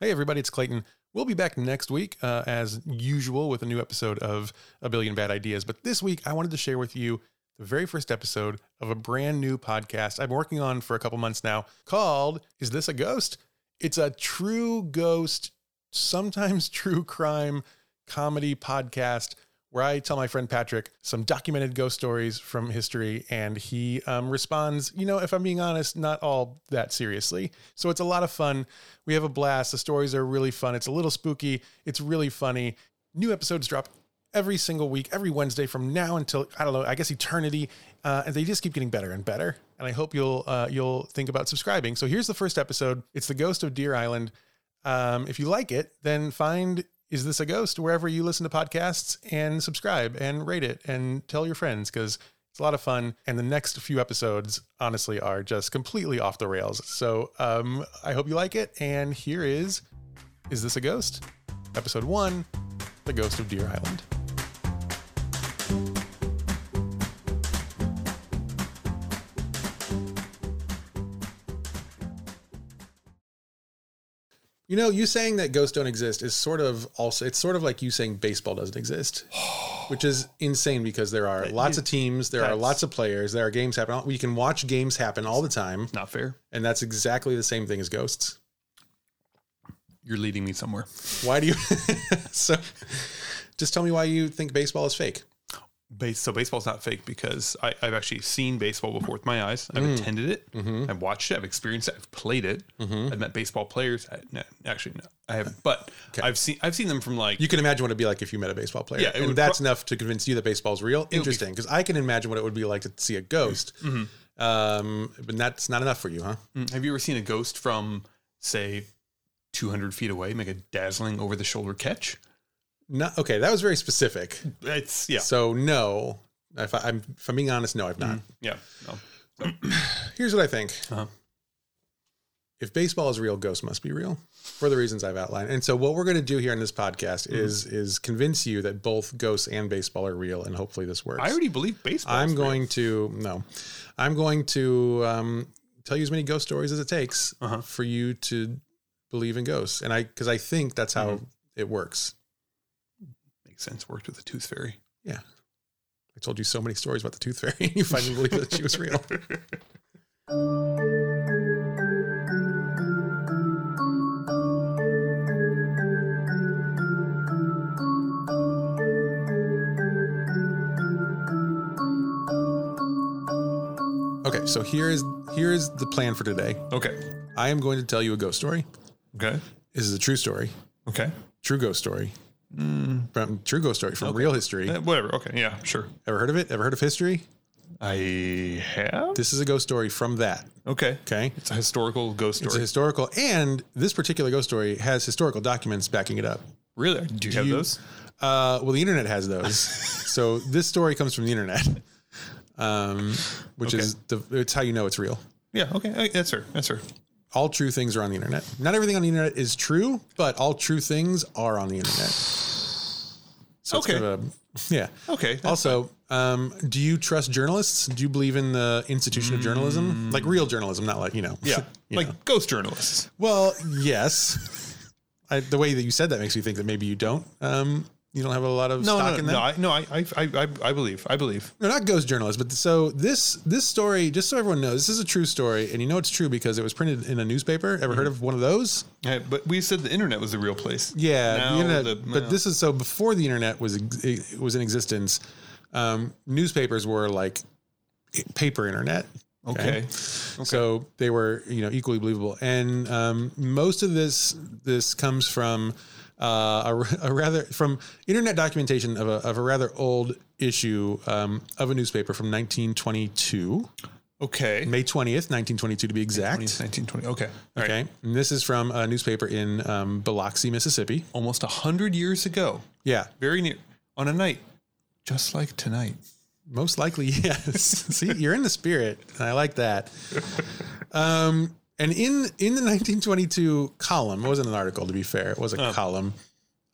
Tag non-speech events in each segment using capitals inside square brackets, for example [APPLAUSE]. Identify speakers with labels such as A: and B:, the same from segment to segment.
A: Hey, everybody, it's Clayton. We'll be back next week, uh, as usual, with a new episode of A Billion Bad Ideas. But this week, I wanted to share with you the very first episode of a brand new podcast I've been working on for a couple months now called Is This a Ghost? It's a true ghost, sometimes [LAUGHS] true crime comedy podcast where I tell my friend Patrick some documented ghost stories from history, and he um, responds, you know, if I'm being honest, not all that seriously. So it's a lot of fun. We have a blast. The stories are really fun. It's a little spooky. It's really funny. New episodes drop every single week, every Wednesday from now until I don't know, I guess eternity, uh, and they just keep getting better and better. And I hope you'll uh, you'll think about subscribing. So here's the first episode. It's the Ghost of Deer Island. Um, if you like it, then find is This a Ghost? wherever you listen to podcasts and subscribe and rate it and tell your friends because it's a lot of fun. And the next few episodes, honestly, are just completely off the rails. So um, I hope you like it. And here is Is This a Ghost? Episode one The Ghost of Deer Island. You know, you saying that ghosts don't exist is sort of also it's sort of like you saying baseball doesn't exist, which is insane because there are lots of teams, there are
B: that's-
A: lots of players, there are games happen. We can watch games happen all the time,
B: Not fair.
A: and that's exactly the same thing as ghosts.
B: You're leading me somewhere.
A: Why do you? [LAUGHS] so, just tell me why you think baseball is fake.
B: Base, so baseball's not fake because I, I've actually seen baseball before with my eyes. I've attended it. I've watched it. I've experienced it. I've played it. I've met baseball players. I, no, actually, no, I haven't. But I've seen I've seen them from like
A: You can imagine what it'd be like if you met a baseball player.
B: Yeah, it
A: and
B: would
A: that's enough to convince you that baseball's real. Interesting, because I can imagine what it would be like to see a ghost.
B: mm-hmm.
A: Um, but that's not enough for you, huh?
B: Mm, Have you ever seen a ghost from say 200 feet away make a dazzling over the shoulder catch?
A: No. Okay, that was very specific.
B: It's yeah
A: So no, if, I, am if I'm being honest, no, I've not.
B: yeah. No.
A: Here's what I think.
B: Uh-huh.
A: If baseball is real, ghosts must be real for the reasons I've outlined. And so, what we're going to do here in this podcast
B: Mm-hmm.
A: is is convince you that both ghosts and baseball are real, and hopefully this works.
B: I already believe baseball.
A: I'm
B: is real.
A: going to no, I'm going to um, tell you as many ghost stories as it takes
B: Uh-huh.
A: for you to believe in ghosts, and I because I think that's how
B: Mm-hmm.
A: it works.
B: makes sense. Worked with the tooth fairy.
A: Yeah, I told you so many stories about the Tooth Fairy. [LAUGHS] you finally believe that she was real. Okay, so here is here is the plan for today.
B: Okay.
A: I am going to tell you a ghost story.
B: Okay.
A: This is a true story,
B: Okay.
A: true ghost story, from true ghost story from real history.
B: Eh, whatever. Okay. Yeah. Sure.
A: Ever heard of it? Ever heard of history?
B: I have.
A: This is a ghost story from that.
B: Okay.
A: Okay,
B: It's a historical ghost
A: it's a
B: story.
A: historical, and this particular ghost story has historical documents backing it up.
B: really? Do you have
A: you-
B: those?
A: Uh, well, the internet has those.
B: [LAUGHS]
A: so this story comes from the internet, um, which is the, it's how you know it's real.
B: Yeah. Okay. I- That's her. That's her.
A: All true things are on the internet. Not everything on the internet is true, but all true things are on the internet. So it's
B: Okay.
A: kind of a- yeah.
B: Okay. that's-
A: Also, um, do you trust journalists? Do you believe in the institution of journalism, like real journalism, not like you know?
B: Mm. [LAUGHS] yeah.
A: [LAUGHS] you
B: like
A: know.
B: ghost journalists.
A: well, yes. I, the way that you said that makes me think that maybe you don't. Um, you don't have a lot of
B: No,
A: stock
B: no,
A: in
B: no,
A: that.
B: no, I, no, I, I, I, I- I believe, I believe.
A: No, not ghost journalist, but so this this story, just so everyone knows, this is a true story, and you know it's true because it was printed in a newspaper. Ever
B: Mm-hmm.
A: heard of one of those?
B: Yeah, Uh, but we said the internet was the real place.
A: Yeah,
B: Now
A: the internet,
B: the-
A: but
B: now-
A: this is so before the internet was ex- it was in existence. Um, newspapers were like paper internet,
B: Okay.
A: so they were you know equally believable. And um, most of this this comes from uh, a, [LAUGHS] r- a rather from internet documentation of a of a rather old issue um, of a newspaper from 1922.
B: Okay.
A: May 20th, 1922 to be exact.
B: 1920. Okay. All right.
A: Okay. And this is from a newspaper in um, Biloxi, Mississippi.
B: Almost a hundred years ago,
A: Yeah.
B: very near, on a night just like tonight.
A: Most likely, [LAUGHS] yes. See, you're in the spirit, and I like that. Um, and in in the 1922 column, it wasn't an article to be fair, it was
B: Oh.
A: a column.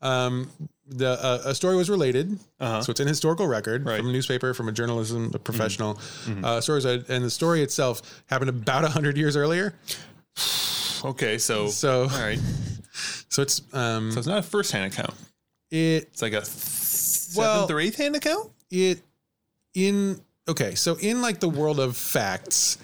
A: Um, the uh, a story was related,
B: Uh-huh.
A: so it's an historical record
B: Right. Mm-hmm.
A: from a newspaper, from a journalism a professional. Uh, stories, and the story itself happened about hundred years earlier.
B: Okay. So.
A: So
B: All right.
A: So it's um
B: So it's not a first hand account.
A: it
B: It's like a
A: Well-
B: seventh or eighth hand account.
A: it in okay, so in like the world of facts,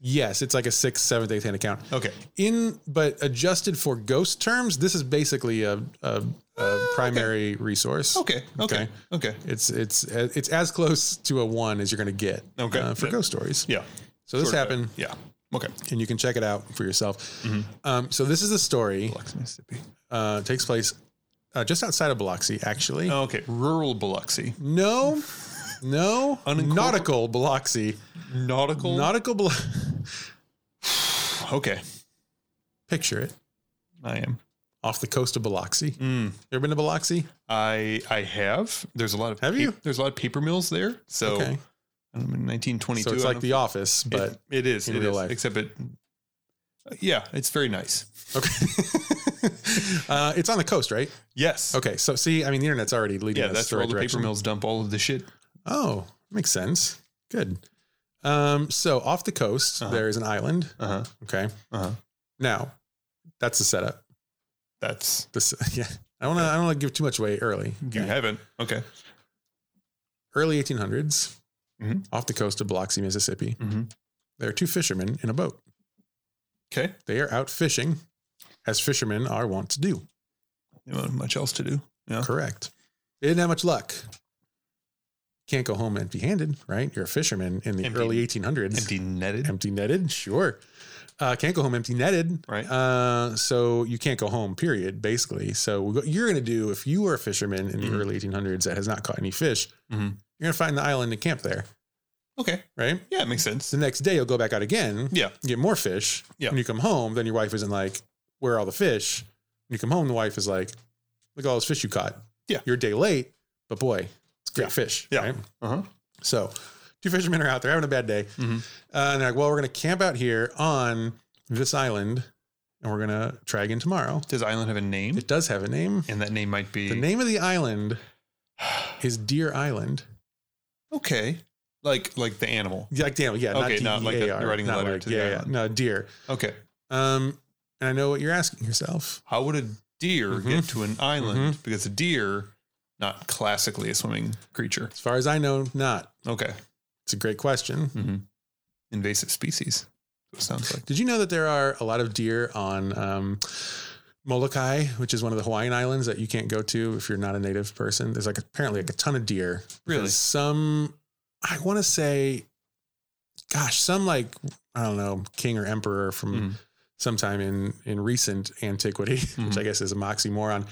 A: yes, it's like a sixth, seventh, eighth hand account.
B: Okay.
A: In but adjusted for ghost terms, this is basically a a, a primary resource.
B: Okay. Okay. Okay.
A: It's it's it's as close to a one as you're going to get
B: Okay.
A: uh, for
B: Yeah.
A: ghost stories.
B: Yeah.
A: So this
B: Sort of Mm-hmm. a-
A: happened,
B: Yeah. Okay.
A: and you can check it out for yourself. Um, so this is a story
B: Biloxi, Mississippi.
A: uh, takes place uh, just outside of Biloxi, actually.
B: Oh, okay. Rural Biloxi. [LAUGHS]
A: No, no,
B: Unincorpor-
A: nautical Biloxi,
B: Nautical.
A: nautical. Bil-
B: okay.
A: [LAUGHS] Picture it
B: I am.
A: off the coast of Biloxi.
B: Mm.
A: You ever been to Biloxi?
B: I I have. There's a lot of
A: Have
B: pa-
A: you?
B: There's a lot of paper mills there. So
A: okay,
B: I'm in 1922.
A: so it's
B: Oh, I
A: like
B: don't-
A: The Office, but
B: it, it is.
A: in
B: it
A: real
B: is,
A: life.
B: Except it. Yeah, it's very nice.
A: okay. [LAUGHS] uh, it's on the coast, right?
B: Yes.
A: Okay, so see, I mean, the internet's already leading
B: Yeah,
A: us
B: that's
A: the
B: where all
A: right
B: the
A: direction.
B: paper mills dump all of the shit.
A: Oh, makes sense. Good. Um, so off the coast,
B: Uh-huh.
A: there is an island.
B: Uh huh.
A: Okay.
B: Uh huh.
A: Now, that's the setup.
B: That's
A: This, [LAUGHS] yeah. I don't want to. I don't want to give too much away early.
B: you haven't. Okay.
A: Early 1800s,
B: Mhm.
A: off the coast of Biloxi, Mississippi.
B: Mhm.
A: There are two fishermen in a boat.
B: Okay.
A: They are out fishing, as fishermen are wont to do.
B: You don't have much else to do. Yeah.
A: Correct. They didn't have much luck. Can't go home empty-handed, right? You're a fisherman in the
B: Empty-
A: early 1800s. [LAUGHS]
B: Empty netted.
A: empty netted sure uh, can't go home empty netted
B: Right.
A: uh, so you can't go home period basically so what you're going to do if you were a fisherman in the
B: Mhm.
A: early 1800s that has not caught any fish
B: Mhm.
A: you're going to find the island and camp there
B: Okay.
A: right
B: Yeah, it makes sense.
A: the next day you'll go back out again
B: Yeah.
A: get more fish
B: Yeah.
A: when you come home then your wife isn't like where are all the fish when you come home the wife is like look at all those fish you caught
B: Yeah.
A: you're a day late but boy it's great
B: Yeah.
A: fish
B: Yeah.
A: right
B: Uh huh.
A: so, two fishermen are out there having a bad day.
B: Mhm.
A: Uh, and they're like, well, we're going to camp out here on this island and we're going to try again tomorrow.
B: Does the island have a name?
A: It does have a name.
B: And that name might be
A: The name of the island is Deer Island.
B: [SIGHS] Okay. Like like the animal.
A: Yeah, Like, damn, yeah.
B: Okay,
A: not
B: not like the-
A: DEAR,
B: you're writing a
A: not
B: letter
A: like-
B: to the
A: yeah, yeah,
B: island.
A: no, deer.
B: Okay.
A: Um, and I know what you're asking yourself.
B: How would a deer
A: Mhm.
B: get to an island? Because a deer, not classically a swimming creature.
A: As far as I know, not.
B: Okay.
A: It's a great question.
B: Mm-hmm. Invasive species. It sounds like.
A: Did you know that there are a lot of deer on um, Molokai, which is one of the Hawaiian islands that you can't go to if you're not a native person? There's like apparently like a ton of deer.
B: Really?
A: There's some, I want to say, gosh, some like I don't know, king or emperor from
B: Mhm.
A: sometime in in recent antiquity, [LAUGHS] which
B: Mhm.
A: I guess is a moxymoron,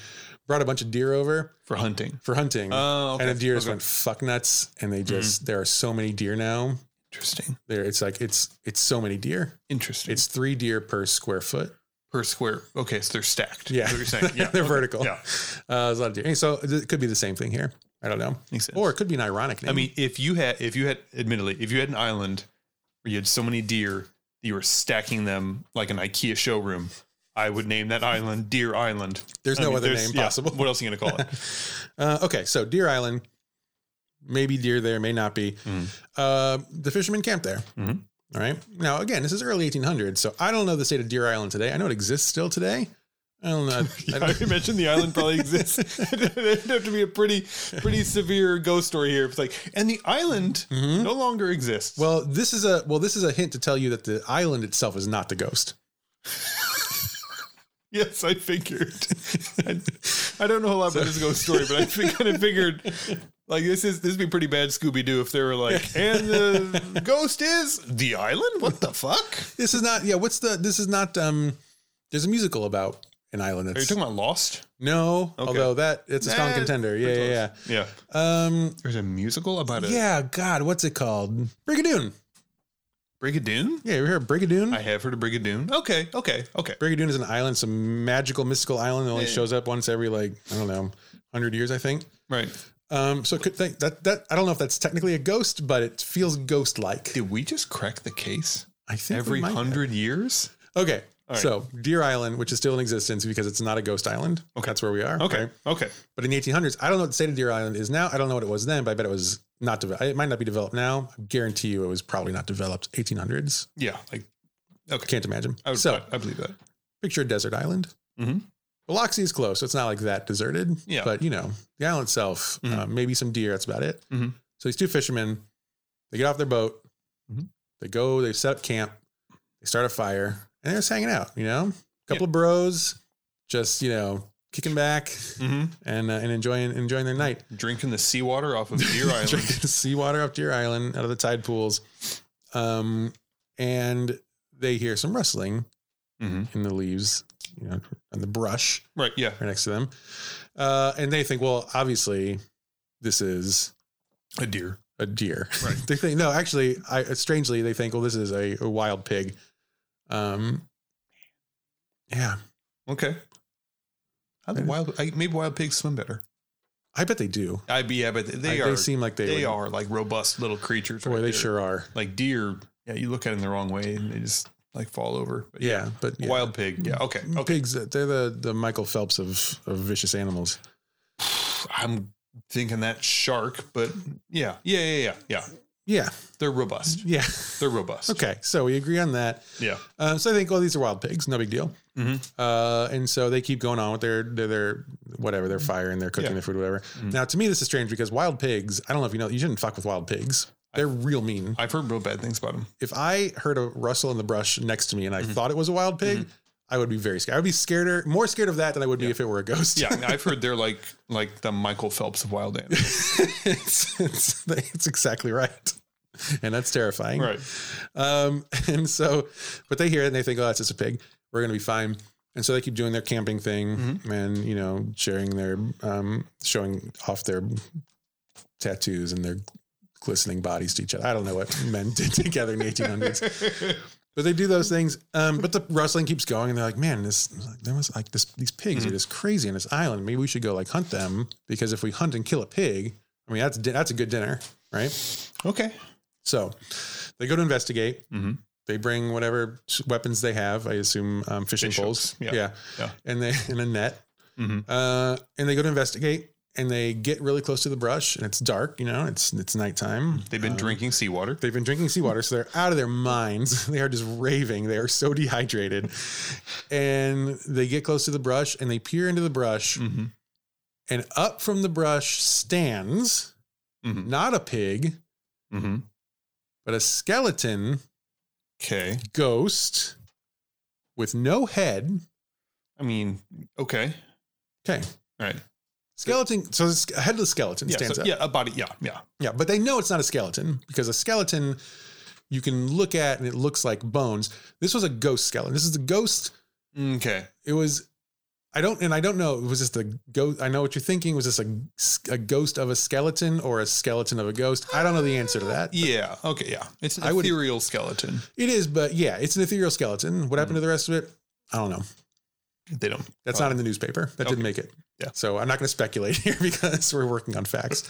A: brought a bunch of deer over
B: For hunting.
A: for hunting,
B: Oh, okay.
A: Mm-hmm. and the deer just
B: Okay. Hmm.
A: went fuck nuts, and they just there are so many deer now.
B: Interesting.
A: There, it's like it's it's so many deer.
B: Interesting.
A: It's three deer per square foot.
B: per square. Okay, so they're stacked.
A: Yeah.
B: Is what you're saying.
A: [LAUGHS]
B: Yeah,
A: They're
B: okay.
A: vertical.
B: Yeah,
A: Uh, there's a lot of deer. Hey, So it could be the same thing here. I don't know.
B: makes sense.
A: Or it could be an ironic name.
B: I mean, if you had, if you had, admittedly, if you had an island where you had so many deer, you were stacking them like an IKEA showroom. I would name that island Deer Island.
A: there's
B: I
A: no
B: mean,
A: other
B: there's-
A: name
B: yeah,
A: possible.
B: What else are you gonna
A: [LAUGHS]
B: call it?
A: Uh, okay, so Deer Island, maybe deer there, may not be.
B: Mhm.
A: Uh, the fishermen camped there.
B: Mhm.
A: All right. Now, again, this is early 1800s, so I don't know the state of Deer Island today. I know it exists still today. I don't
B: [LAUGHS]
A: know. I
B: yeah,
A: don't-
B: I mentioned the island
A: [LAUGHS]
B: probably exists. [LAUGHS] It'd have to be a pretty, pretty severe ghost story here. It's like, and the island
A: Mhm.
B: no longer exists.
A: Well, this is a well, this is a hint to tell you that the island itself is not the ghost.
B: Yes, I figured. I, I don't know a lot about this ghost story, but I kind of figured like this is this would be pretty bad Scooby Doo if they were like, and the ghost is the island. What the fuck?
A: This is not. Yeah. What's the? This is not. Um. There's a musical about an island.
B: Are you
A: That's,
B: talking about Lost?
A: no. Although that it's a strong
B: Eh,
A: contender. Yeah.
B: pretty
A: Yeah.
B: Yeah.
A: Yeah. Um.
B: There's a musical about a
A: Yeah. God, what's it called? Brigadoon.
B: Brigadoon.
A: Yeah. You heard of Brigadoon?
B: I have heard of Brigadoon. Okay, okay, okay.
A: Brigadoon is an island, some magical, mystical island that only
B: Yeah.
A: shows up once every like I don't know, hundred years, I think.
B: Right.
A: Um, so it could think that that I don't know if that's technically a ghost, but it feels ghost-like.
B: Did we just crack the case?
A: I think we
B: Every
A: might have.
B: hundred years?
A: Okay,
B: All right.
A: so Deer Island, which is still in existence because it's not a ghost island. Okay, that's where we are.
B: Okay,
A: right?
B: okay.
A: but in the 1800s, I don't know what the state of Deer Island is now. I don't know what it was then, but I bet it was not developed. It might not be developed now. I guarantee you, it was probably not developed 1800s.
B: Yeah, like
A: Can't imagine.
B: I would,
A: so
B: I, I believe that.
A: picture a desert island.
B: Mhm.
A: But Biloxi is close. So it's not like that deserted.
B: Yeah. Mm-hmm.
A: But, you know, the island itself, uh, maybe some deer. That's about it.
B: Mhm.
A: So these two fishermen, they get off their boat.
B: Mhm.
A: They go, they set up camp, they start a fire, and they're just hanging out, you know? couple
B: Yeah.
A: of bros just, you know, kicking back
B: Mhm.
A: and, uh, and enjoying enjoying their night.
B: Drinking the
A: [LAUGHS]
B: seawater off of Deer [LAUGHS] Island.
A: Drinking seawater off Deer Island out of the tide pools. Um, and they hear some rustling
B: Mhm.
A: in the leaves, you know, on the brush
B: Right. Yeah.
A: right next to them. Uh, and they think, well, obviously, this is
B: A deer.
A: a deer. [LAUGHS]
B: Right.
A: they think, no, actually, I, strangely, they think, well, this is a, a wild pig. Um, yeah,
B: Okay. How do
A: Maybe.
B: wild? I, maybe wild pigs swim better.
A: I bet they do.
B: I yeah, but they
A: I-
B: are.
A: They seem like they.
B: They,
A: would-
B: are like robust little creatures.
A: Boy,
B: right
A: they
B: there.
A: sure are.
B: Like deer. Yeah, you look at them the wrong way and they just like fall over. But
A: Yeah, but yeah. Mm-hmm.
B: Wild pig. Yeah. Okay. Okay.
A: pigs. They're the the Michael Phelps of of vicious animals.
B: I'm thinking that shark, but yeah, yeah, yeah, yeah, yeah.
A: Yeah,
B: They're robust. [LAUGHS]
A: yeah.
B: They're robust.
A: Okay, so we agree on that.
B: Yeah.
A: Um, so I think, well, these are wild pigs, no big deal.
B: Mhm.
A: Uh, and so they keep going on with their their, their whatever, their fire and their cooking
B: Mm-hmm. Yeah. Mm-hmm.
A: their food, whatever. Now, to me, this is strange because wild pigs. I don't know if you know, you shouldn't fuck with wild pigs. They're real mean.
B: I've heard real bad things about them.
A: If I heard a rustle in the brush next to me and I
B: Mm-hmm.
A: thought it was a wild pig, I would be very scared. I would be scareder, more scared of that than I would be if it were a ghost.
B: Yeah, I mean, I've heard they're like like the Michael Phelps of wild animals.
A: [LAUGHS] it's, it's, it's exactly right. And that's terrifying.
B: right.
A: Um, [LAUGHS] and so, but they hear it and they think, oh, that's just a pig. We're going to be fine. And so they keep doing their camping thing and, you know, sharing their, um, showing off their tattoos and their glistening bodies to each other. I don't know what men did [LAUGHS] together in the 1800s, but they do those things. Um, but the rustling keeps going and they're like, man, this, there was like this, these pigs are just crazy on this island. Maybe we should go like hunt them because if we hunt and kill a pig, I mean, that's, di- that's a good dinner, right?
B: Okay.
A: So they go to investigate.
B: Mhm.
A: They bring whatever s- weapons they have. I assume um, fishing
B: Fish
A: poles.
B: hooks, yeah. Yeah.
A: and they [LAUGHS] in a net.
B: Mhm.
A: Uh, and they go to investigate, and they get really close to the brush, and it's dark. You know, it's it's nighttime.
B: They've been
A: Um,
B: drinking seawater.
A: They've been drinking seawater, so they're out of their minds. [LAUGHS] They are just raving. They are so dehydrated, and they get close to the brush, and they peer into the brush,
B: Mm-hmm.
A: and up from the brush stands
B: Mm-hmm.
A: not a pig,
B: Mm-hmm.
A: but a skeleton
B: Okay.
A: ghost with no head.
B: I mean, okay.
A: Okay.
B: All right.
A: Skeleton. So it's a headless skeleton
B: Yeah.
A: stands
B: so-
A: up.
B: yeah. A body. Yeah. Yeah.
A: Yeah, But they know it's not a skeleton because a skeleton you can look at and it looks like bones. This was a ghost skeleton. This is the ghost.
B: Okay.
A: It was, I don't, and I don't know. Was this the ghost? I know what you're thinking. Was this a, a ghost of a skeleton or a skeleton of a ghost? I don't know the answer to that.
B: Yeah. Okay. Yeah. It's an
A: I would-
B: ethereal skeleton.
A: It is, but yeah, it's an ethereal skeleton. What
B: Mm-hmm.
A: happened to the rest of it? I don't know.
B: They don't.
A: That's
B: Oh.
A: not in the newspaper. That didn't
B: Okay.
A: make it.
B: Yeah.
A: So I'm not going to speculate [LAUGHS] here because we're working on
B: [LAUGHS]
A: facts.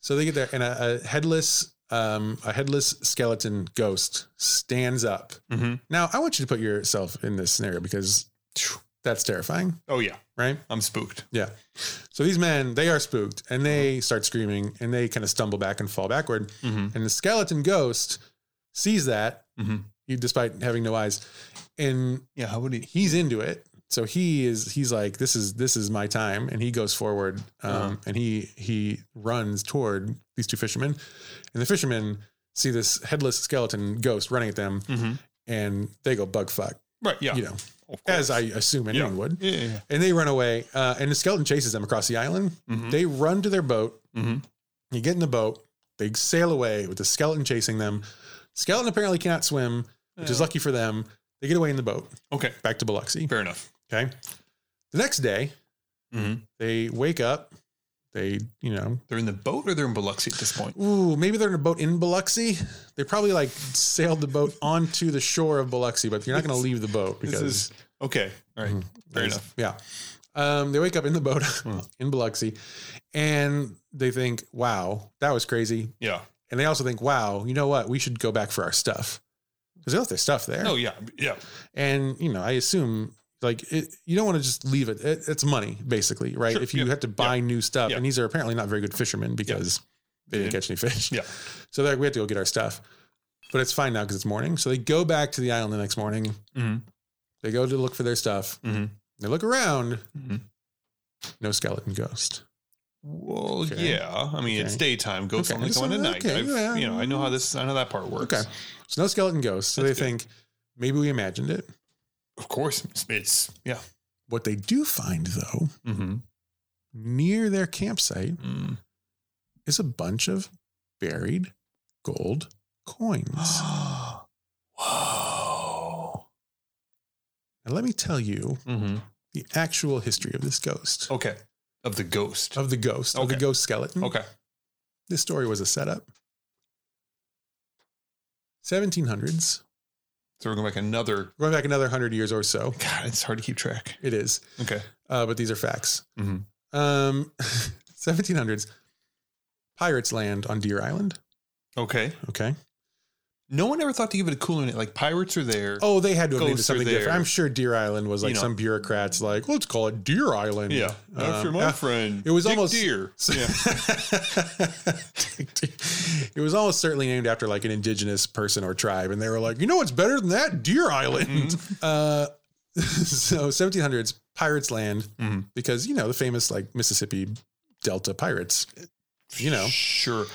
A: so they get there, and a, a headless, um, a headless skeleton ghost stands up.
B: Mm-hmm.
A: Now I want you to put yourself in this scenario because phew, that's terrifying,
B: Oh yeah.
A: right?
B: I'm spooked.
A: Yeah. So these men, they are spooked, and
B: Uh-huh.
A: they start screaming, and they kind of stumble back and fall backward.
B: Mm-hmm.
A: And the skeleton ghost sees that,
B: Mm-hmm.
A: you- despite having no eyes, and
B: Yeah. How would he?
A: he's into it. So he is he's like this is this is my time, and he goes forward, um,
B: Uh-huh.
A: and he he runs toward these two fishermen, and the fishermen see this headless skeleton ghost running at them,
B: Mm-hmm.
A: and they go bug fuck,
B: Right. Yeah.
A: you know,
B: Of course.
A: as I assume anyone would,
B: Yeah. yeah,
A: and they run away, uh, and the skeleton chases them across the island.
B: Mhm.
A: They run to their boat.
B: yeah. Mm-hmm.
A: You get in the boat. They sail away with the skeleton chasing them. Skeleton apparently cannot swim, which is
B: Oh.
A: lucky for them. They get away in the boat
B: Okay.
A: back to Biloxi.
B: Fair enough.
A: Okay. The next day,
B: Mm-hmm.
A: they wake up. They, you know,
B: They're in the boat or they're in Biloxi at this point.
A: ooh, maybe they're in a boat in Biloxi. They probably like sailed the
B: [LAUGHS]
A: boat onto the shore of Biloxi, but you're not going to leave the boat because Mm-hmm.
B: this is okay. All right. Fair enough. Hmm.
A: Yeah. Um, they wake up in the boat [LAUGHS] in Biloxi and they think, wow, that was crazy.
B: Yeah.
A: And they also think, wow, you know what? We should go back for our stuff because they left their stuff there.
B: Oh yeah. Yeah.
A: And you know, I assume like it, you don't want to just leave it. it it's money, basically, right?
B: Sure,
A: If you
B: yeah,
A: have to buy new stuff,
B: yeah.
A: and these are apparently not very good fishermen because they didn't
B: Yeah.
A: catch any fish.
B: Yeah.
A: [LAUGHS] So they're like, we have to go get our stuff, but it's fine now because it's morning. So they go back to the island the next morning.
B: Mm-hmm.
A: They go to look for their stuff.
B: Mhm.
A: They look around.
B: Mm-hmm.
A: No skeleton ghost.
B: Well,
A: Okay.
B: yeah. I mean, it's
A: Okay.
B: daytime. Ghosts
A: Okay.
B: only
A: So,
B: come on at night.
A: okay,
B: I've,
A: yeah.
B: You know, I know how this. I know that part works.
A: Okay. So no skeleton ghost. So
B: That's
A: they
B: good.
A: think maybe we imagined it.
B: Of course, it's, it's yeah.
A: What they do find though,
B: Mm-hmm.
A: near their campsite
B: Mm.
A: is a bunch of buried gold coins.
B: Whoa.
A: and let me tell you
B: Mm-hmm.
A: the actual history of this ghost.
B: Okay. Of the ghost.
A: Of the ghost, of the
B: Oh, Okay.
A: ghost skeleton.
B: Okay.
A: This story was a setup. 1700s,
B: So we're going back another.
A: going back another 100 years or
B: [LAUGHS]
A: so.
B: God, it's hard to keep track.
A: It is,
B: Okay.
A: uh, but these are facts.
B: Mhm.
A: Um, [LAUGHS] 1700s, pirates land on Deer Island.
B: Okay.
A: Okay.
B: No one ever thought to give it a cooler name. Like pirates are there.
A: Oh, they had to have named it
B: Ghosts are
A: something different.
B: there.
A: I'm sure Deer Island was like
B: You know.
A: some bureaucrats like, let's call it Deer Island.
B: yeah.
A: Um,
B: After my
A: uh,
B: friend.
A: it was
B: Dick
A: almost-
B: deer. [LAUGHS] Yeah.
A: [LAUGHS] it was almost certainly named after like an indigenous person or tribe, and they were like, you know what's better than that? Deer Island. Uh, [LAUGHS] so 1700s pirates land
B: Mhm.
A: because you know the famous like Mississippi Delta pirates, you know,
B: Sure.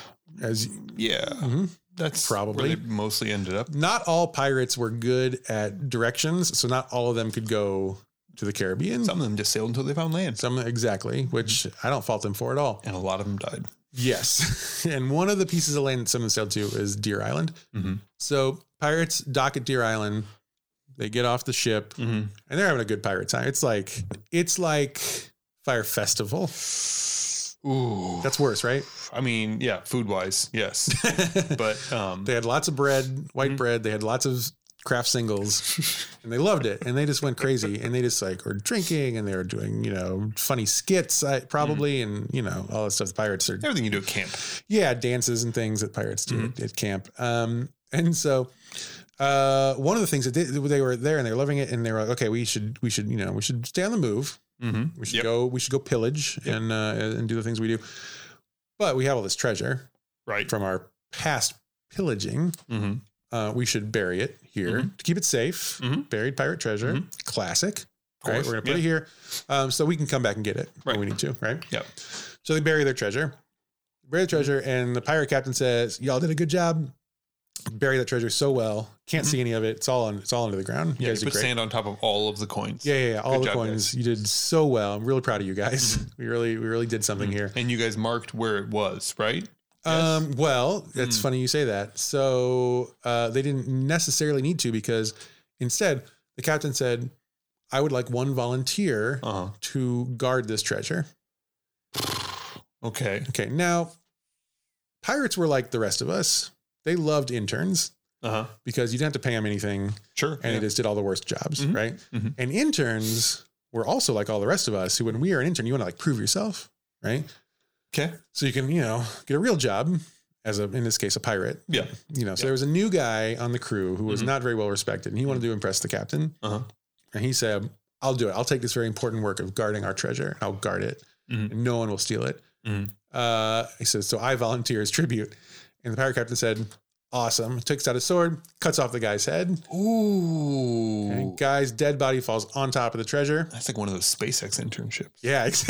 A: as
B: Yeah.
A: Mhm.
B: That's
A: Probably.
B: where they mostly ended up.
A: not all pirates were good at directions, so not all of them could go to the Caribbean.
B: Some of them just sailed until they found land,
A: Some exactly, which I don't fault them for at all.
B: and a lot of them died.
A: Yes. [LAUGHS] And one of the pieces of land that someone sailed to is Deer Island.
B: Mhm.
A: So pirates dock at Deer Island. They get off the ship
B: Mm-hmm.
A: and they're having a good pirate time. It's like it's like Fire Festival.
B: Ooh.
A: That's worse, right? [LAUGHS]
B: I mean, yeah, food wise, yes. [LAUGHS] But um
A: they had lots of bread, white
B: Mhm.
A: bread. They had lots of craft singles, and they loved it. And they just went crazy. And they just like were drinking, and they were doing you know funny skits, I- probably, and you know all that stuff. The pirates are
B: everything you do at camp.
A: yeah, dances and things that pirates do at, at camp. Um, and so, uh, one of the things that they, they were there and they were loving it, and they were like, okay, we should, we should, you know, we should stay on the move.
B: Mm-hmm.
A: We should go, we should go pillage and uh, and do the things we do. But we have all this treasure
B: Right.
A: from our past pillaging.
B: Mm-hmm.
A: Uh, we should bury it here to keep it safe.
B: Mhm.
A: Buried pirate treasure, classic. Right,
B: course,
A: we're gonna put
B: yeah.
A: it here, um, so we can come back and get it when
B: Right.
A: we need to. Right.
B: Yep.
A: So they bury their treasure, bury the treasure, and the pirate captain says, "Y'all did a good job. Bury that treasure so well. Can't see any of it. It's all on. It's all under the ground. You
B: Mm-hmm. Yeah, you
A: guys did
B: put
A: great.
B: sand on top of all of the coins.
A: Yeah, yeah, yeah. All
B: Good
A: the
B: job, Mm-hmm.
A: coins. You did so well. I'm really proud of you guys. [LAUGHS] we really, we really did something here.
B: And you guys marked where it was, right? Mm-hmm. Yes.
A: Um, well, it's
B: Mm.
A: funny you say that. So uh, they didn't necessarily need to because instead the captain said, "I would like one volunteer
B: Uh huh.
A: to guard this treasure."
B: Okay.
A: Okay, now pirates were like the rest of us. They loved interns
B: Uh huh.
A: because you didn't have to pay them anything,
B: Sure.
A: and
B: yeah.
A: they just did all the worst jobs,
B: Mhm.
A: right?
B: Mhm.
A: And interns were also like all the rest of us. Who, when we are an intern, you want to like prove yourself, right?
B: Okay.
A: So you can, you know, get a real job as a, in this case, a pirate.
B: Yeah.
A: you know, so
B: Yeah.
A: there was a new guy on the crew who was
B: Mhm.
A: not very well respected, and he wanted to impress the captain.
B: Uh huh.
A: And he said, "I'll do it. I'll take this very important work of guarding our treasure. I'll guard it,
B: Mhm.
A: and no one will steal it."
B: Mhm.
A: Uh, he says, "So I volunteer as tribute." And the pirate captain said, "Awesome." Takes out his sword, cuts off the guy's head.
B: Ooh.
A: And guy's dead body falls on top of the treasure.
B: That's like one of those SpaceX internships.
A: Yeah. [LAUGHS] ex-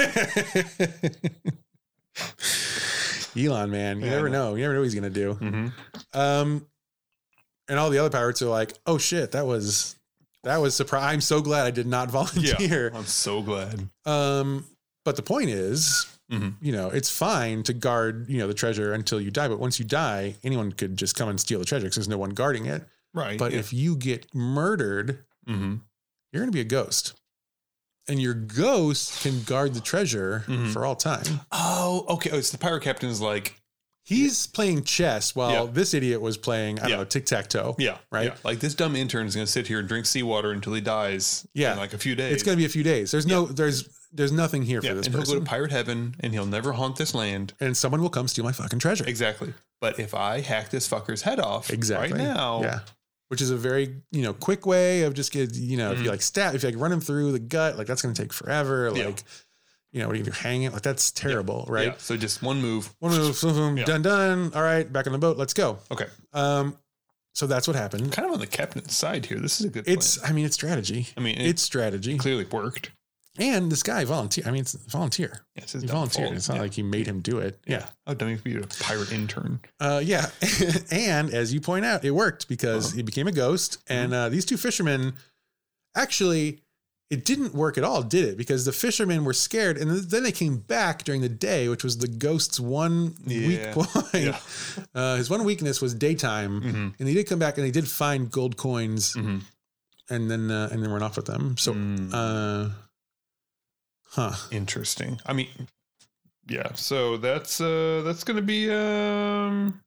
A: Elon, man, you
B: Yeah, I
A: never know. You never know what he's gonna do.
B: Mm-hmm.
A: Um, and all the other pirates are like, "Oh shit, that was that was surprise. I'm so glad I did not [LAUGHS] volunteer."
B: I'm so glad.
A: Um, but the point is,
B: Mhm.
A: you know, it's fine to guard you know the treasure until you die. But once you die, anyone could just come and steal the treasure because there's no one guarding it.
B: Right.
A: But if you get murdered,
B: mm-hmm.
A: you're gonna be a ghost. And your ghost can guard the treasure
B: Mhm.
A: for all time.
B: Oh, okay. Oh, so the pirate captain is like,
A: He's playing chess while
B: Yeah.
A: this idiot was playing, I don't
B: Yeah.
A: know, tic tac toe.
B: yeah,
A: Right.
B: yeah. Like this dumb intern is going to sit here and drink seawater until he dies.
A: Yeah.
B: in like a few days.
A: It's going to be a few days. There's no, there's, there's nothing here
B: yeah,
A: for
B: and
A: this
B: he'll
A: person.
B: go to pirate heaven, and he'll never haunt this land.
A: and someone will come steal my fucking treasure.
B: Exactly. But if I hack this fucker's head off
A: Exactly.
B: right now,
A: Yeah. Which is a very, you know, quick way of just get, you know, if you
B: Mhm.
A: like stab, if you like run him through the gut, like that's going to take forever. Like,
B: Yeah.
A: you know, what do you do? Hang it? Like that's terrible, right?
B: yeah, So just one move.
A: One move, boom, boom,
B: Yeah.
A: done, done. All right, back on the boat. Let's go.
B: Okay.
A: Um, so that's what happened.
B: Kind of on the captain's side here. This is a good.
A: It's, I mean, it's strategy.
B: plan. I mean, it
A: It's strategy.
B: clearly worked.
A: And this guy volunteer. I mean, it's volunteer.
B: Yeah, it's his
A: He
B: dumb
A: volunteered.
B: fault.
A: It's not
B: yeah.
A: like he made him do it.
B: yeah. Oh, dummy for you, a pirate intern.
A: Uh, yeah. [LAUGHS] and as you point out, it worked because he became a ghost. And
B: Mm-hmm.
A: uh, these two fishermen actually, it didn't work at all, did it? Because the fishermen were scared. And then they came back during the day, which was the ghost's one
B: Yeah.
A: weak point.
B: Yeah.
A: [LAUGHS] Uh, his one weakness was daytime.
B: Mhm.
A: And they did come back and they did find gold coins
B: Mhm.
A: and then uh, and then run off with them. mm-hmm. So,
B: Mm.
A: uh, huh.
B: Interesting. I mean, yeah. So that's uh that's gonna be um.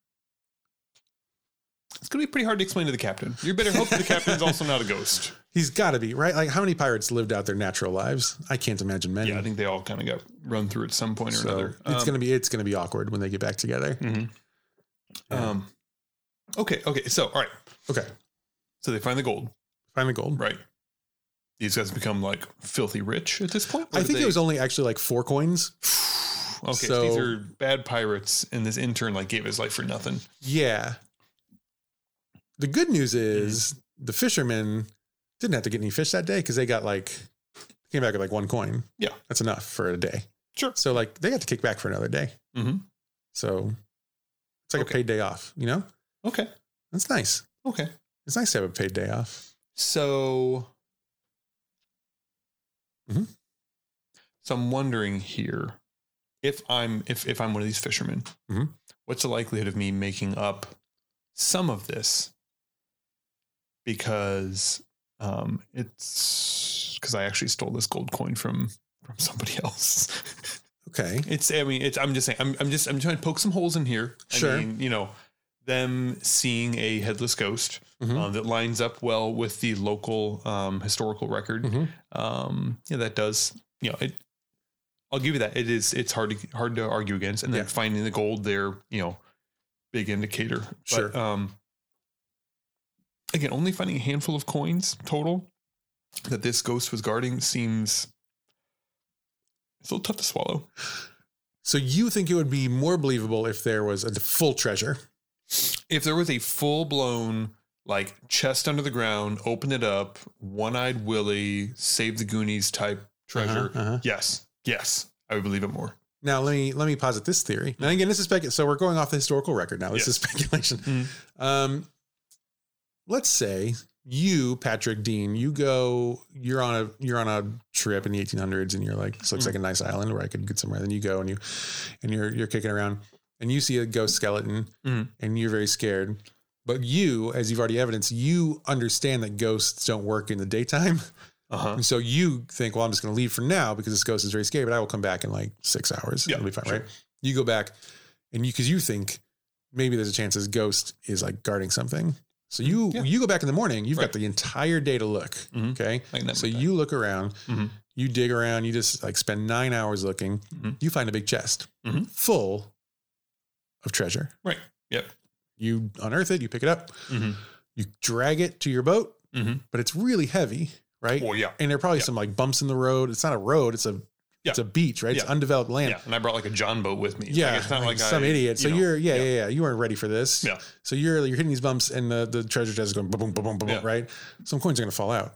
B: It's gonna be pretty hard to explain to the captain. You better hope
A: [LAUGHS]
B: the captain's also not a ghost.
A: He's got to be, right? Like, how many pirates lived out their natural lives? I can't imagine many.
B: Yeah, I think they all kind of got run through at some point or
A: So
B: another.
A: it's
B: Um,
A: gonna be it's gonna be awkward when they get back together.
B: mhm.
A: Yeah.
B: Um. Okay. Okay. So all right.
A: Okay,
B: So they find the gold,
A: find the gold.
B: right? These guys become like filthy rich at this point. Or
A: I
B: did
A: think
B: they-
A: it was only actually like four coins.
B: [SIGHS]
A: so-
B: okay. So these are bad pirates, and this intern like gave his life for nothing.
A: Yeah. The good news
B: Mm-hmm.
A: is the fishermen didn't have to get any fish that day because they got like came back with like one coin.
B: Yeah.
A: that's enough for a day.
B: Sure.
A: So like they got to kick back for another day.
B: Mhm.
A: So it's like
B: Okay.
A: a paid day off. You know,
B: Okay.
A: that's nice.
B: Okay.
A: It's nice to have a paid day off.
B: So,
A: Mhm.
B: so I'm wondering here if I'm if if I'm one of these fishermen,
A: Mhm.
B: what's the likelihood of me making up some of this? Because um, it's because I actually stole this gold coin from from somebody else. [LAUGHS]
A: Okay.
B: It's I mean it's I'm just saying I'm I'm just I'm trying to poke some holes in here.
A: Sure.
B: I mean, you know, them seeing a headless ghost
A: Mhm.
B: uh, that lines up well with the local um, historical record.
A: Mhm.
B: Um, yeah, that does. You know, it. I'll give you that. It is. It's hard to hard to argue against. And then
A: Yeah.
B: finding the gold there, you know, big indicator.
A: Sure.
B: um, again, only finding a handful of coins total that this ghost was guarding seems. It's a little tough to swallow.
A: So you think it would be more believable if there was a full treasure?
B: if there was a full blown like chest under the ground, open it up, one eyed Willy, save the Goonies type treasure.
A: Uh-huh, uh-huh.
B: Yes, yes, I would believe it more.
A: Now let me let me posit this theory. Now again, this is speculation. So we're going off the historical record now. This is [LAUGHS] speculation. Um, let's say you, Patrick Dean, you go. You're on a you're on a trip in the 1800s, and you're like, this looks
B: Mm.
A: like a nice island where I could get somewhere. Then you go and you and you're you're kicking around, and you see a ghost skeleton,
B: Mm.
A: and you're very scared. But you, as you've already evidenced, you understand that ghosts don't work in the daytime.
B: Uh huh.
A: And so you think, well, I'm just going to leave for now because this ghost is very scary, but I will come back in like six hours.
B: Yeah,
A: It'll be fine,
B: sure.
A: right? You go back and you, because you think maybe there's a chance this ghost is like guarding something. So you
B: Mm-hmm. Yeah.
A: you go back in the morning. You've
B: Right.
A: got the entire day to look.
B: Mhm.
A: Okay, so you look around.
B: Mhm.
A: You dig around. You just like spend nine hours looking.
B: Mhm.
A: You find a big chest
B: Mhm.
A: full of treasure.
B: Right. Yep.
A: You unearth it. You pick it up.
B: Mhm.
A: You drag it to your boat,
B: Mhm.
A: but it's really heavy, right?
B: Well, yeah,
A: and there are probably
B: Yeah.
A: some like bumps in the road. It's not a road. It's a it's
B: Yeah.
A: a beach, right? It's
B: Yeah.
A: undeveloped land.
B: yeah. And I brought like a John boat with me.
A: Yeah,
B: Like, it's not like,
A: like some
B: I,
A: idiot. So
B: you know,
A: you are yeah,
B: yeah.
A: yeah, yeah. You weren't ready for this.
B: Yeah.
A: So you're you're hitting these bumps, and the the treasure chest is going boom, boom, boom, boom, boom,
B: Yeah.
A: right? Some coins are going to fall out.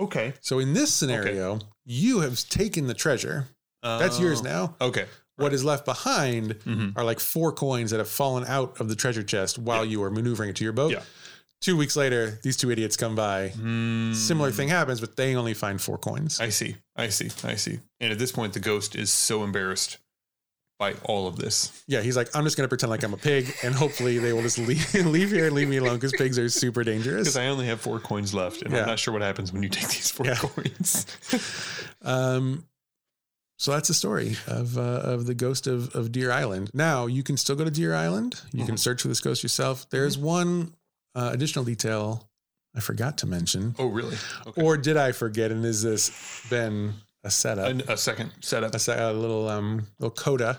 B: okay.
A: So in this scenario, you have taken the treasure. That's yours
B: Oh,
A: now.
B: Okay.
A: What is left behind
B: Mhm.
A: are like four coins that have fallen out of the treasure chest while you were maneuvering it to your boat.
B: Yeah.
A: Two weeks later, these two idiots come by.
B: Mm.
A: Similar thing happens, but they only find four coins.
B: I see. I see. I see. And at this point, the ghost is so embarrassed by all of this.
A: Yeah, he's like, I'm just gonna pretend like I'm a pig, and hopefully they will just leave [LAUGHS] leave here and leave me alone because pigs are super
B: Because
A: dangerous.
B: I only have four coins left, and
A: Yeah.
B: I'm not sure what happens when you take these four
A: Yeah.
B: [LAUGHS] coins.
A: Um, so that's the story of uh, of the ghost of of Deer Island. Now you can still go to Deer Island. You can search for this ghost yourself. There's one uh, additional detail I forgot to mention,
B: oh, really? Okay.
A: or did I forget? And is this been a setup?
B: An- a second setup.
A: a, se- a little um little coda.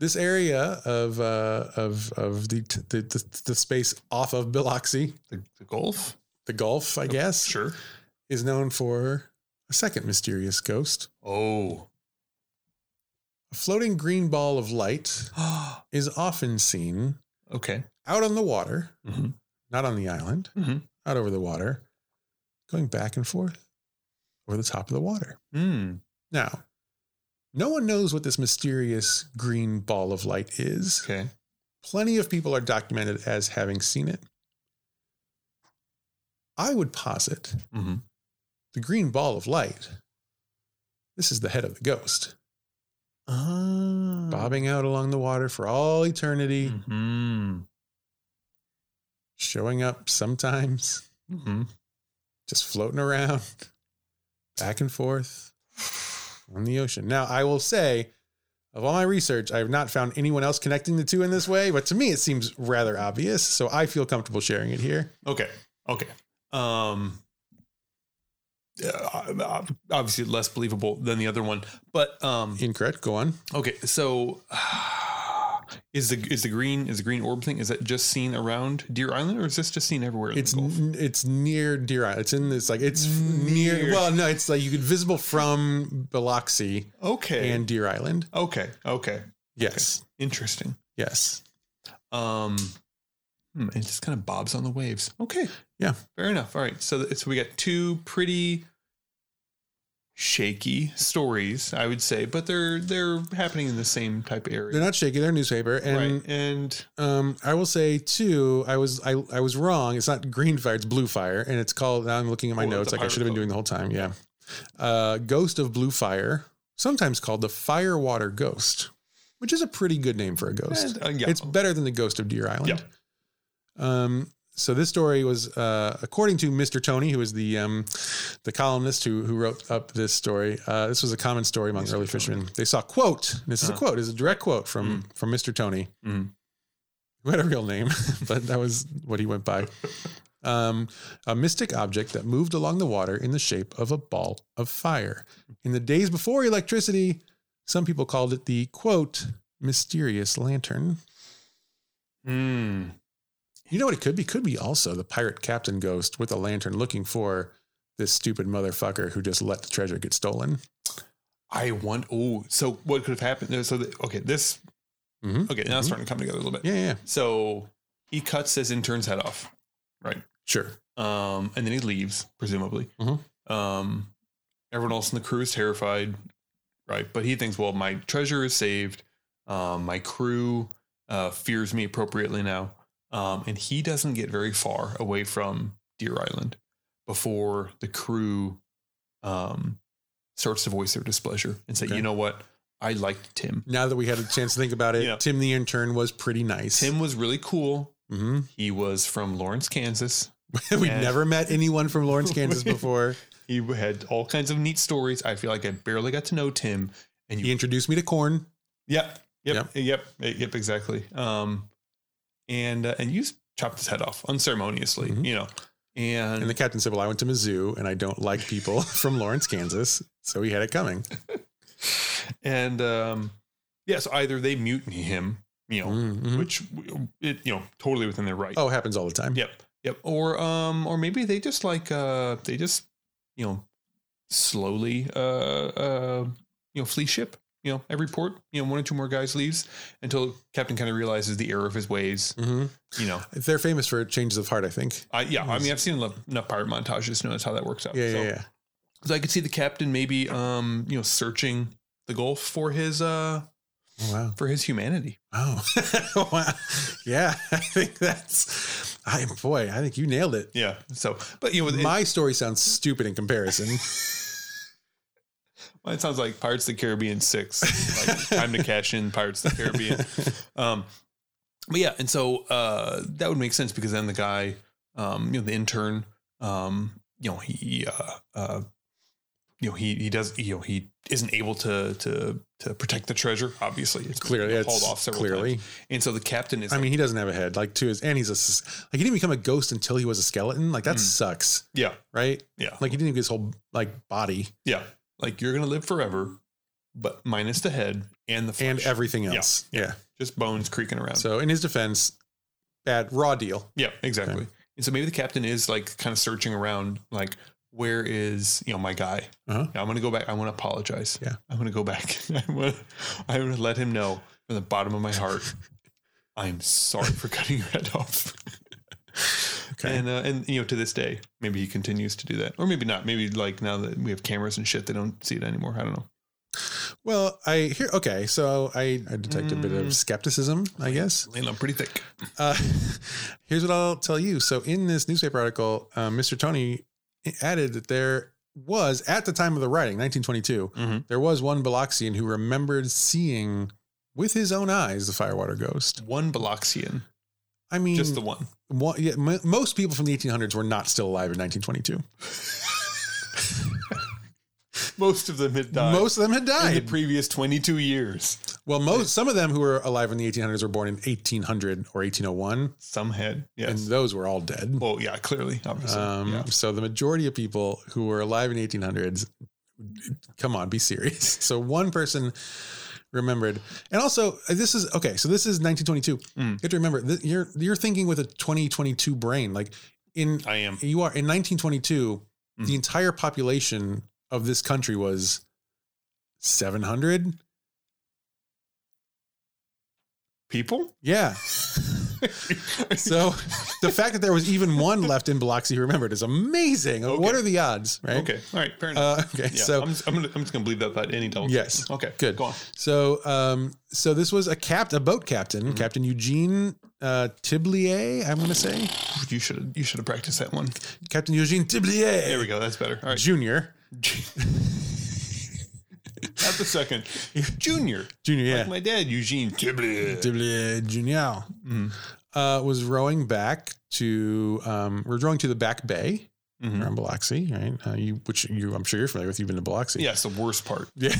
A: This area of uh, of of the, the the the space off of Biloxi,
B: The, the golf?
A: the Gulf, I guess,
B: Sure.
A: is known for a second mysterious ghost.
B: Oh.
A: A floating green ball of light is often seen
B: [GASPS] okay.
A: out on the water,
B: Mhm.
A: not on the island,
B: Mhm.
A: out over the water, going back and forth, over the top of the water.
B: Mm.
A: Now, no one knows what this mysterious green ball of light is.
B: Okay.
A: Plenty of people are documented as having seen it. I would posit
B: Mm-hmm.
A: the green ball of light. This is the head of the ghost,
B: Oh.
A: bobbing out along the water for all eternity,
B: Mm-hmm.
A: showing up sometimes, [LAUGHS]
B: Mm-hmm.
A: just floating around, back and forth on the ocean. Now, I will say, of all my research, I have not found anyone else connecting the two in this way, but to me, it seems rather obvious. So I feel comfortable sharing it here.
B: Okay. Okay. Um. yeah, uh, Obviously, less believable than the other one, but um.
A: Incorrect. Go on.
B: Okay, so [SIGHS] is the is the green is the green orb thing is that just seen around Deer Island or is this just seen everywhere? In
A: It's
B: the Gulf?
A: n- it's near Deer Island. It's in this like it's f- near.
B: Near.
A: Well, no, it's like you could visible from Biloxi
B: okay.
A: and Deer Island.
B: okay, okay,
A: Yes,
B: interesting.
A: yes.
B: Um, hmm, it just kind of bobs on the waves. Okay,
A: Yeah.
B: fair enough. All right, so th- so we got two pretty shaky stories, I would say, but they're they're happening in the same type of
A: They're
B: area,
A: not shaking their newspaper, and
B: right? And
A: um, I will say too, I was I, I was wrong. It's not green fire; it's blue fire, and it's called. Now I'm looking at my
B: Oh, that's
A: notes,
B: a
A: like I
B: pirate
A: should have been
B: boat.
A: doing the whole time. Yeah, uh, ghost of blue fire, sometimes called the firewater ghost, which is a pretty good name for a ghost.
B: and, uh, yeah,
A: It's better than the Ghost of Deer Island.
B: Yeah.
A: Um, so this story was, uh, according to Mr. Tony, who was the um, the columnist who who wrote up this story. Uh, this was a common story among
B: Mr.
A: early
B: Tony.
A: fishermen. They saw quote. and This is a
B: Uh-huh.
A: quote. This is a direct quote from from Mr. Tony,
B: Mm.
A: who had a real name, [LAUGHS] but that was what he went by. Um, a mystic object that moved along the water in the shape of a ball of fire. In the days before electricity, some people called it the quote mysterious lantern.
B: Mm.
A: You know what it could be? Could be also the pirate captain ghost with a lantern looking for this stupid motherfucker who just let the treasure get stolen.
B: I want. Oh, so what could have happened? So the, okay, this
A: Mhm.
B: okay now
A: Mhm.
B: it's starting to come together a little bit.
A: Yeah, yeah, yeah.
B: So he cuts his intern's head off, right?
A: sure.
B: Um, and then he leaves, presumably.
A: Mhm.
B: Um, everyone else in the crew is terrified, right? But he thinks, well, my treasure is saved. Um, my crew uh, fears me appropriately now, um, and he doesn't get very far away from Deer Island before the crew um, starts to voice their displeasure and say,
A: Okay.
B: you know what, I liked Tim.
A: Now that we had a chance to think about it,
B: Yeah.
A: Tim the intern was pretty nice.
B: Tim was really cool.
A: [LAUGHS] hmm
B: He was from Lawrence, Kansas.
A: We'd
B: Yeah.
A: never met anyone from
B: [LAUGHS]
A: Lawrence, Kansas before.
B: He had all kinds of neat stories. I feel like I barely got to know Tim. And
A: He
B: you,
A: introduced me to corn.
B: yep, yep, yep, yep, exactly. Um, and uh, and you s- chopped his head off unceremoniously,
A: Mhm.
B: you know. Mm-hmm. And,
A: And the captain said, Well, I went to Mizzou and I don't like people [LAUGHS] from Lawrence, Kansas. So he had it coming.
B: and um, yeah, so either they mutiny him, you know,
A: Mhm.
B: which w- it you know totally within their right.
A: Oh, happens all the time.
B: Yep, yep. Or um, or maybe they just like uh, they just you know slowly uh, uh, you know flee ship. You know, every port, you know, one or two more guys leaves until Captain kind of realizes the error of his ways.
A: Mhm.
B: You know,
A: They're famous for changes of heart, I think.
B: I yeah, I mean, I've seen enough, enough pirate montages to know that's how that works out.
A: Yeah,
B: so,
A: yeah, yeah.
B: so I could see the captain maybe, um, you know, searching the Gulf for his uh
A: Oh, wow.
B: for his humanity.
A: Oh, [LAUGHS] wow. Yeah, [LAUGHS] I think that's, I boy, I think you nailed it.
B: Yeah. So, but you know, it,
A: My story sounds stupid in
B: [LAUGHS]
A: comparison.
B: it sounds like Pirates of the Caribbean six.
A: [LAUGHS]
B: like, time to cash in Pirates of the Caribbean. Um, but yeah, and so uh, that would make sense because then the guy, um, you know, the intern, um, you know, he, uh, uh, you know, he he does, you know, he isn't able to to to protect the treasure. Obviously, it's been
A: clearly,
B: hauled
A: it's
B: off several
A: clearly.
B: times. And so the captain is,
A: I
B: like,
A: mean, he doesn't have a head. Like, to his, and he's a, s- like, he didn't become a ghost until he was a skeleton. Like, that
B: Mm.
A: sucks,
B: yeah,
A: right?
B: yeah,
A: Like, he didn't even get his whole, like, body
B: yeah, like you're gonna live forever, but minus the head and the flesh,
A: and everything
B: Yeah.
A: else. Yeah.
B: just bones creaking around.
A: So, in his defense, bad, raw deal.
B: Yeah, exactly. And so maybe the captain is like kind of searching around, like, where is you know my guy?
A: Uh-huh.
B: I'm gonna go back. I want to apologize.
A: Yeah.
B: I'm gonna go back. [LAUGHS] I want. I want to let him know from [LAUGHS] the bottom of my heart. I'm sorry for cutting your head off.
A: Okay.
B: And uh, and you know to this day, maybe he continues to do that, or maybe not. Maybe like now that we have cameras and shit, they don't see it anymore. I don't know.
A: well, I hear. Okay, so I I detect a bit
B: Hmm.
A: of skepticism, I guess.
B: Lane, I'm pretty thick.
A: Uh, [LAUGHS] here's what I'll tell you. So in this newspaper article, uh, Mr. Tony added that there was at the time of the writing, 1922,
B: Mhm.
A: there was one Biloxian who remembered seeing with his own eyes the firewater ghost.
B: One Biloxian,
A: I mean,
B: just the one.
A: One, yeah, m- most people from the 1800s were not still alive in 1922.
B: Most of them had died.
A: Mm. Most of them had
B: in the
A: died.
B: previous 22 years.
A: well, most some of them who were alive in the 1800s were born in 1800 or 1801,
B: Some had,
A: and
B: yes.
A: those were all dead.
B: well, yeah, clearly, obviously.
A: Um,
B: yeah.
A: So the majority of people who were alive in 1800s, come on, be serious. [LAUGHS] So one person remembered, and also uh, this is okay. So this is 1922.
B: Mm.
A: You have to remember that you're you're thinking with a 2022 brain. Like in
B: I am.
A: you are in 1922, the
B: Mm.
A: entire population of this country was 700.
B: People? [LAUGHS]
A: Yeah. So [LAUGHS] the fact that there was even one left in Biloxi who remembered is amazing.
B: Okay.
A: What are the odds, right?
B: okay. All right. Fair enough.
A: Uh, okay.
B: yeah.
A: so
B: I'm, just, I'm, gonna, I'm just going to believe that about any double.
A: Yes.
B: Okay.
A: Good.
B: Go on.
A: So, um, so this was a cap, a boat captain,
B: Mm-hmm.
A: Captain Eugene uh, Tiblier. I'm going to say
B: You should you should have practiced that one.
A: Captain Eugene Tiblier
B: There we go. That's better. All right.
A: Junior.
B: Not the second. Junior.
A: Junior, yeah.
B: Like my dad, Eugene Tibley.
A: Tiblier Junior
B: Mm.
A: uh, was rowing back to. Um, we're rowing to the back bay
B: Mhm.
A: around Biloxi, right? Uh, you, which you, I'm sure you're familiar with. You've been to Biloxi,
B: Yeah, it's the worst part.
A: Yeah.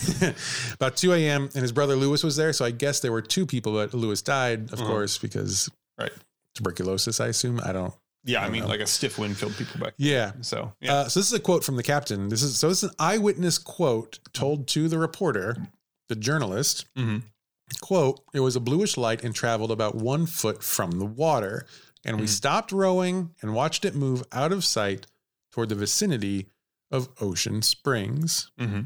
A: [LAUGHS] About 2 a.m. and his brother Lewis was there. So I guess there were two people, but Lewis died, of
B: Uh-huh.
A: course, because
B: Right.
A: tuberculosis. I assume. I don't.
B: Yeah, I,
A: don't
B: mean,
A: know.
B: like a stiff wind killed people back.
A: Yeah.
B: So, yeah.
A: Uh, so this is a quote from the captain. This is so this is an eyewitness quote told to the reporter, the journalist.
B: Mhm.
A: Quote: It was a bluish light and traveled about one foot from the water, and we
B: Mhm.
A: stopped rowing and watched it move out of sight toward the vicinity of Ocean Springs.
B: hmm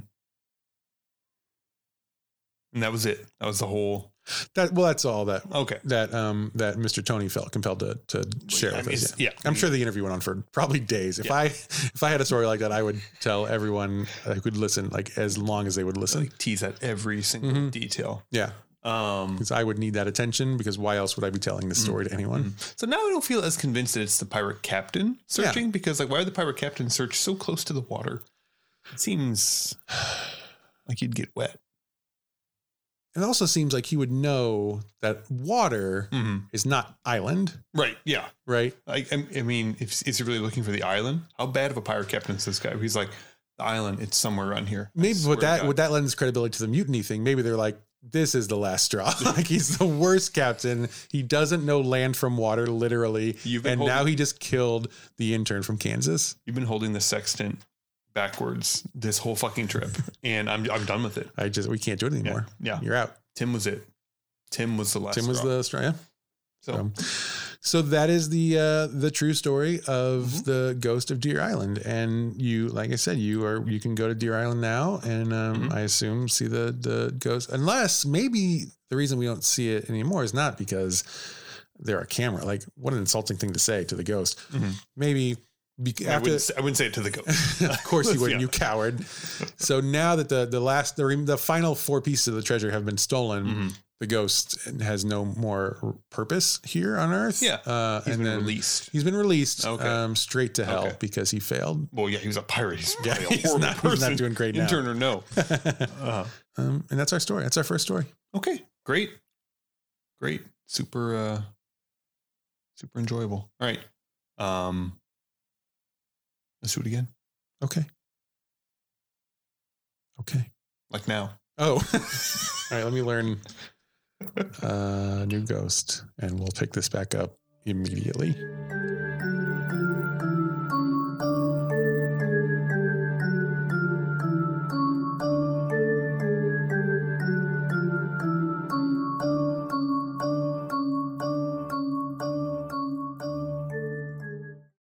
B: And that was it. That was the whole.
A: That well, that's all that
B: Okay.
A: that um that Mr. Tony felt compelled to to share
B: I
A: with
B: mean,
A: us.
B: it's-
A: Yeah.
B: yeah.
A: I'm sure the interview went on for probably days. If
B: Yeah.
A: I if I had a story like that, I would tell everyone uh, who could listen like as long as they would listen.
B: like tease at every single
A: Mhm.
B: detail.
A: Yeah.
B: Um,
A: because I would need that attention. Because why else would I be telling
B: Mm.
A: this story to anyone?
B: hmm. so now I don't feel as convinced that it's the pirate captain searching because, like, why would the pirate captain search so close to the water?
A: [SIGHS]
B: It seems like you'd get wet.
A: It also seems like he would know that water
B: Mm-hmm.
A: is not island,
B: Right. Yeah.
A: right?
B: Like, I, I mean, if, is he really looking for the island? How bad of a pirate captain is this guy? He's like, the island, it's somewhere around here. I
A: Maybe
B: swear
A: with
B: to
A: that
B: God.
A: with that lends credibility to the mutiny thing. Maybe they're like, this is the last straw. [LAUGHS] like he's the worst captain. He doesn't know land from water, literally.
B: You've been
A: And
B: holding-
A: now he just killed the intern from Kansas.
B: You've been holding the sextant backwards this whole
A: [LAUGHS]
B: fucking trip, and I'm I'm done with it.
A: I just we can't do it
B: Yeah,
A: anymore.
B: yeah.
A: You're out.
B: Tim was it. Tim was the last.
A: Tim was
B: straw.
A: the straw. Yeah.
B: so
A: Um, so that is the uh, the true story of
B: Mm-hmm.
A: the ghost of Deer Island, and you, like I said, you are you can go to Deer Island now, and um,
B: Mhm.
A: I assume see the the ghost. Unless maybe the reason we don't see it anymore is not because there are camera. Like what an insulting thing to say to the ghost.
B: Mhm.
A: Maybe be-
B: I,
A: after [LAUGHS]
B: wouldn't say, I wouldn't say it to the ghost.
A: of course you wouldn't,
B: [LAUGHS] Yeah.
A: you coward. So now that the the last the, rem- the final four pieces of the treasure have been stolen,
B: Mhm.
A: the ghost has no more purpose here on Earth.
B: Yeah.
A: uh,
B: He's
A: and
B: been
A: then
B: released.
A: he's been released
B: Okay.
A: um, straight to hell
B: Okay.
A: because he failed.
B: Well, yeah, he was a pirate. [LAUGHS] He's,
A: Yeah,
B: probably a
A: [LAUGHS] he's
B: horrible
A: not, he's not
B: person.
A: doing great now.
B: Intern or [LAUGHS] no? Uh,
A: [LAUGHS] um, and that's our story. That's our first story.
B: okay, great, great, super, uh, super enjoyable. All right, um, let's do it again,
A: Okay. Okay.
B: like now.
A: [LAUGHS] Oh, all right. Let me learn uh, new ghost, and we'll pick this back up immediately.